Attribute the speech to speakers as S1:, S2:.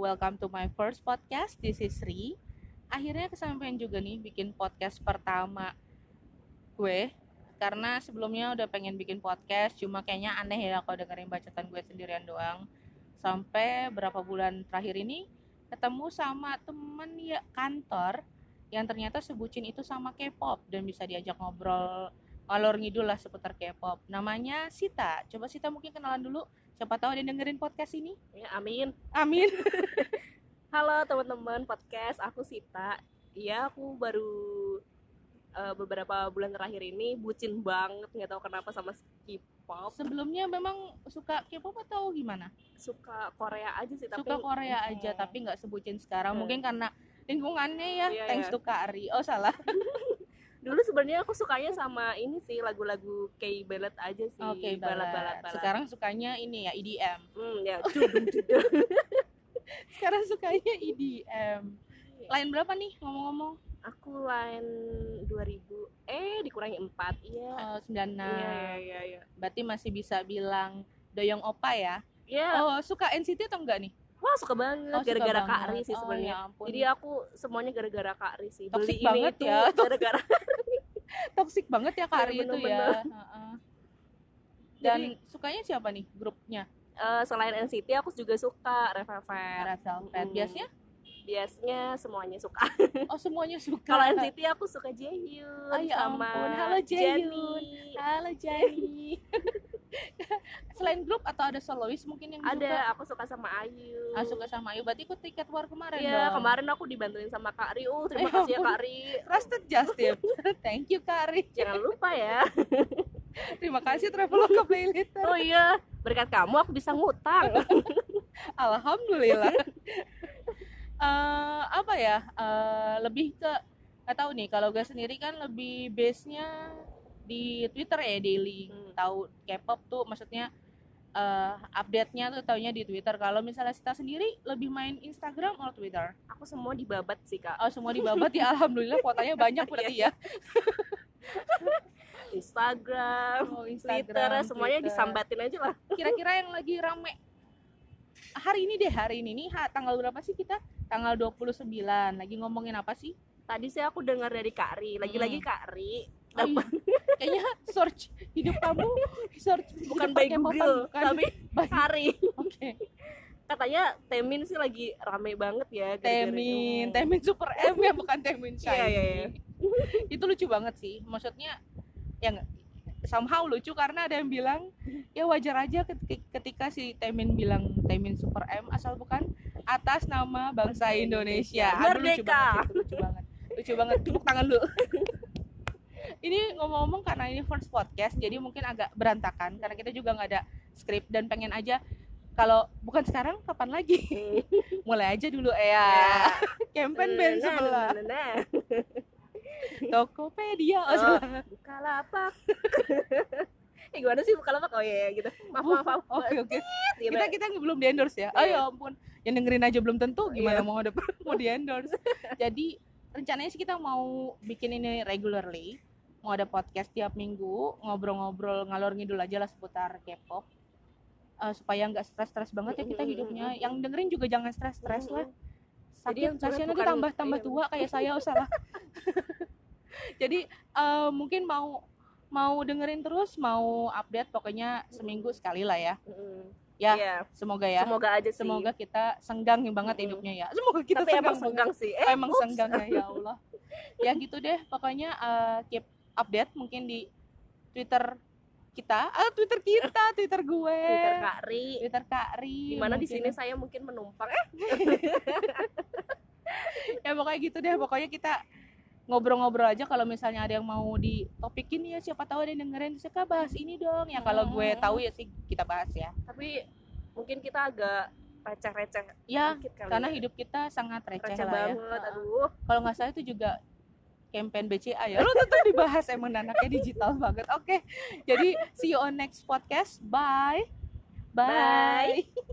S1: welcome to my first podcast. This is Sri. Akhirnya kesampaian juga nih bikin podcast pertama gue. Karena sebelumnya udah pengen bikin podcast, cuma kayaknya aneh ya kalau dengerin bacotan gue sendirian doang. Sampai berapa bulan terakhir ini ketemu sama temen ya kantor yang ternyata sebucin itu sama K-pop dan bisa diajak ngobrol ngalor ngidul lah seputar K-pop. Namanya Sita. Coba Sita mungkin kenalan dulu. Siapa tahu ada yang dengerin podcast ini.
S2: Ya, amin.
S1: Amin.
S2: Halo teman-teman podcast, aku Sita. Iya, aku baru eh, beberapa bulan terakhir ini bucin banget, nggak tahu kenapa sama K-pop.
S1: Sebelumnya memang suka K-pop atau gimana?
S2: Suka Korea aja sih, tapi
S1: suka Korea aja
S2: Mm.
S1: tapi nggak sebutin sekarang.
S2: Hmm.
S1: Mungkin karena lingkungannya ya.
S2: Iya,
S1: thanks
S2: iya.
S1: to Kak Ari. Oh, salah.
S2: dulu sebenarnya aku sukanya sama ini sih lagu-lagu K-ballad aja sih,
S1: Oke,
S2: ballad ballad
S1: balat. Oh, Sekarang sukanya ini ya EDM.
S2: Hmm, ya judung judung.
S1: Sekarang sukanya EDM. Lain berapa nih ngomong-ngomong?
S2: aku line 2000 eh dikurangi 4. Iya.
S1: Eh, 96.
S2: Iya, iya, iya, iya.
S1: Berarti masih bisa bilang Doyong Opa ya.
S2: Iya.
S1: Oh, suka NCT atau enggak nih?
S2: Wah, suka banget
S1: Oh, suka
S2: gara-gara
S1: banget.
S2: Kak Ri sih
S1: Oh,
S2: sebenarnya.
S1: ya ampun.
S2: Jadi aku semuanya gara-gara Kak Ri sih.
S1: Toxic
S2: Beli ini
S1: banget
S2: itu
S1: ya.
S2: gara-gara.
S1: toksik banget ya Kak
S2: Iya,
S1: Ari itu ya.
S2: bener-bener.
S1: Heeh. Dan
S2: Jadi-
S1: sukanya siapa nih grupnya?
S2: Eh, selain NCT aku juga suka Red Velvet.
S1: Red Velvet.
S2: Mm.
S1: Biasanya
S2: Biasanya semuanya suka.
S1: oh semuanya suka.
S2: Kalau NCT aku suka Jaehyun
S1: Oh, ya
S2: sama
S1: ampun. Halo, Jaehyun.
S2: Jennie.
S1: Halo Jani. Selain grup atau ada solois mungkin yang suka?
S2: Ada aku suka sama Ayu.
S1: Ah, suka sama Ayu. Berarti ikut tiket war kemarin
S2: Iya,
S1: dong.
S2: kemarin aku dibantuin sama Kak Ri. Uh, terima
S1: Ya
S2: kasih ya
S1: ampun.
S2: Kak Ri.
S1: Trusted Justin. Thank you Kak Ari.
S2: Jangan lupa ya.
S1: Terima kasih Traveloka Playlitter.
S2: Oh iya, berkat kamu aku bisa ngutang.
S1: Alhamdulillah. Eh, apa ya? Eh, lebih ke nggak tahu nih. Kalau gue sendiri kan lebih base-nya di Twitter ya daily.
S2: Hmm.
S1: Tahu K-pop tuh maksudnya eh, update-nya tuh taunya di Twitter. Kalau misalnya Sita sendiri lebih main Instagram atau Twitter?
S2: Aku semua dibabat sih, Kak.
S1: Oh, semua dibabat ya alhamdulillah kuotanya banyak
S2: Iya.
S1: berarti ya.
S2: Instagram,
S1: Oh,
S2: Twitter, semuanya
S1: Twitter.
S2: disambatin aja lah.
S1: Kira-kira yang lagi rame hari ini deh, hari ini nih ha, tanggal berapa sih kita? Tanggal 29. Lagi ngomongin apa sih?
S2: Tadi sih aku dengar dari Kak Ri, lagi-lagi
S1: Hmm.
S2: Kak Ri
S1: Oh, iya. Kayaknya search hidup kamu search hidup
S2: bukan by
S1: pakai papan,
S2: Google,
S1: bukan.
S2: tapi
S1: by
S2: Kak Ri.
S1: Oke.
S2: Katanya Temin sih lagi rame banget ya. gara-gara
S1: Temin,
S2: itu.
S1: Temin Super M ya bukan Temin Shiny.
S2: Iya, iya, iya.
S1: Itu lucu banget sih. Maksudnya ya nggak- somehow lucu karena ada yang bilang ya wajar aja keti- ketika si Temin bilang Temin Super M asal bukan atas nama bangsa Indonesia. Aduh, lucu
S2: Merdeka.
S1: banget, itu, lucu banget. Lucu banget. Tepuk tangan lu. ini ngomong-ngomong karena ini first podcast jadi mungkin agak berantakan karena kita juga nggak ada skrip dan pengen aja kalau bukan sekarang kapan lagi
S2: Hmm.
S1: mulai aja dulu
S2: Iya.
S1: ya campaign band
S2: Nah, nah,
S1: sebelah
S2: nah, nah, nah.
S1: Tokopedia oh,
S2: Oh.
S1: salah.
S2: Bukalapak. eh gimana sih Bukalapak? Oh iya, iya, gitu. Maaf, maaf, maaf.
S1: oke oke
S2: Gitu.
S1: kita kita belum di endorse ya oh ya ampun yang dengerin aja belum tentu gimana
S2: Iya.
S1: mau ada mau di endorse jadi rencananya sih kita mau bikin ini regularly mau ada podcast tiap minggu ngobrol-ngobrol ngalor ngidul aja lah seputar K-pop Eh, supaya nggak stres-stres banget ya kita hidupnya yang dengerin juga jangan stres-stres lah
S2: Jadi yang
S1: sakit kasihan
S2: curhat
S1: nanti
S2: bukan-
S1: tambah tambah
S2: iya.
S1: tua kayak saya oh salah jadi eh, mungkin mau mau dengerin terus mau update pokoknya seminggu sekali lah ya
S2: Mm-mm.
S1: Ya,
S2: Iya.
S1: semoga ya
S2: Semoga aja sih.
S1: semoga kita senggang banget
S2: Mm-mm.
S1: hidupnya ya semoga kita
S2: Tapi
S1: senggang
S2: emang senggang sih.
S1: banget.
S2: Eh,
S1: emang
S2: ups.
S1: senggang ya ya Allah ya gitu deh pokoknya eh, keep update mungkin di Twitter kita ah Twitter kita Twitter gue
S2: Twitter Kak Ri.
S1: Twitter Kak Ri
S2: Dimana di
S1: mungkin.
S2: sini saya mungkin menumpang. Eh,
S1: ya pokoknya gitu deh pokoknya kita ngobrol-ngobrol aja kalau misalnya ada yang mau di topikin ya siapa tahu ada yang dengerin terus kak bahas ini dong ya kalau gue
S2: Iya.
S1: tahu ya sih kita bahas ya
S2: tapi mungkin kita agak receh-receh
S1: ya
S2: dikit kali.
S1: karena
S2: ya.
S1: hidup kita sangat receh,
S2: receh
S1: lah ya
S2: banget.
S1: Heeh.
S2: Aduh.
S1: kalau nggak salah itu juga campaign BCA ya lo tetap dibahas emang anaknya digital banget oke jadi see you on next podcast bye,
S2: Bye.
S1: bye.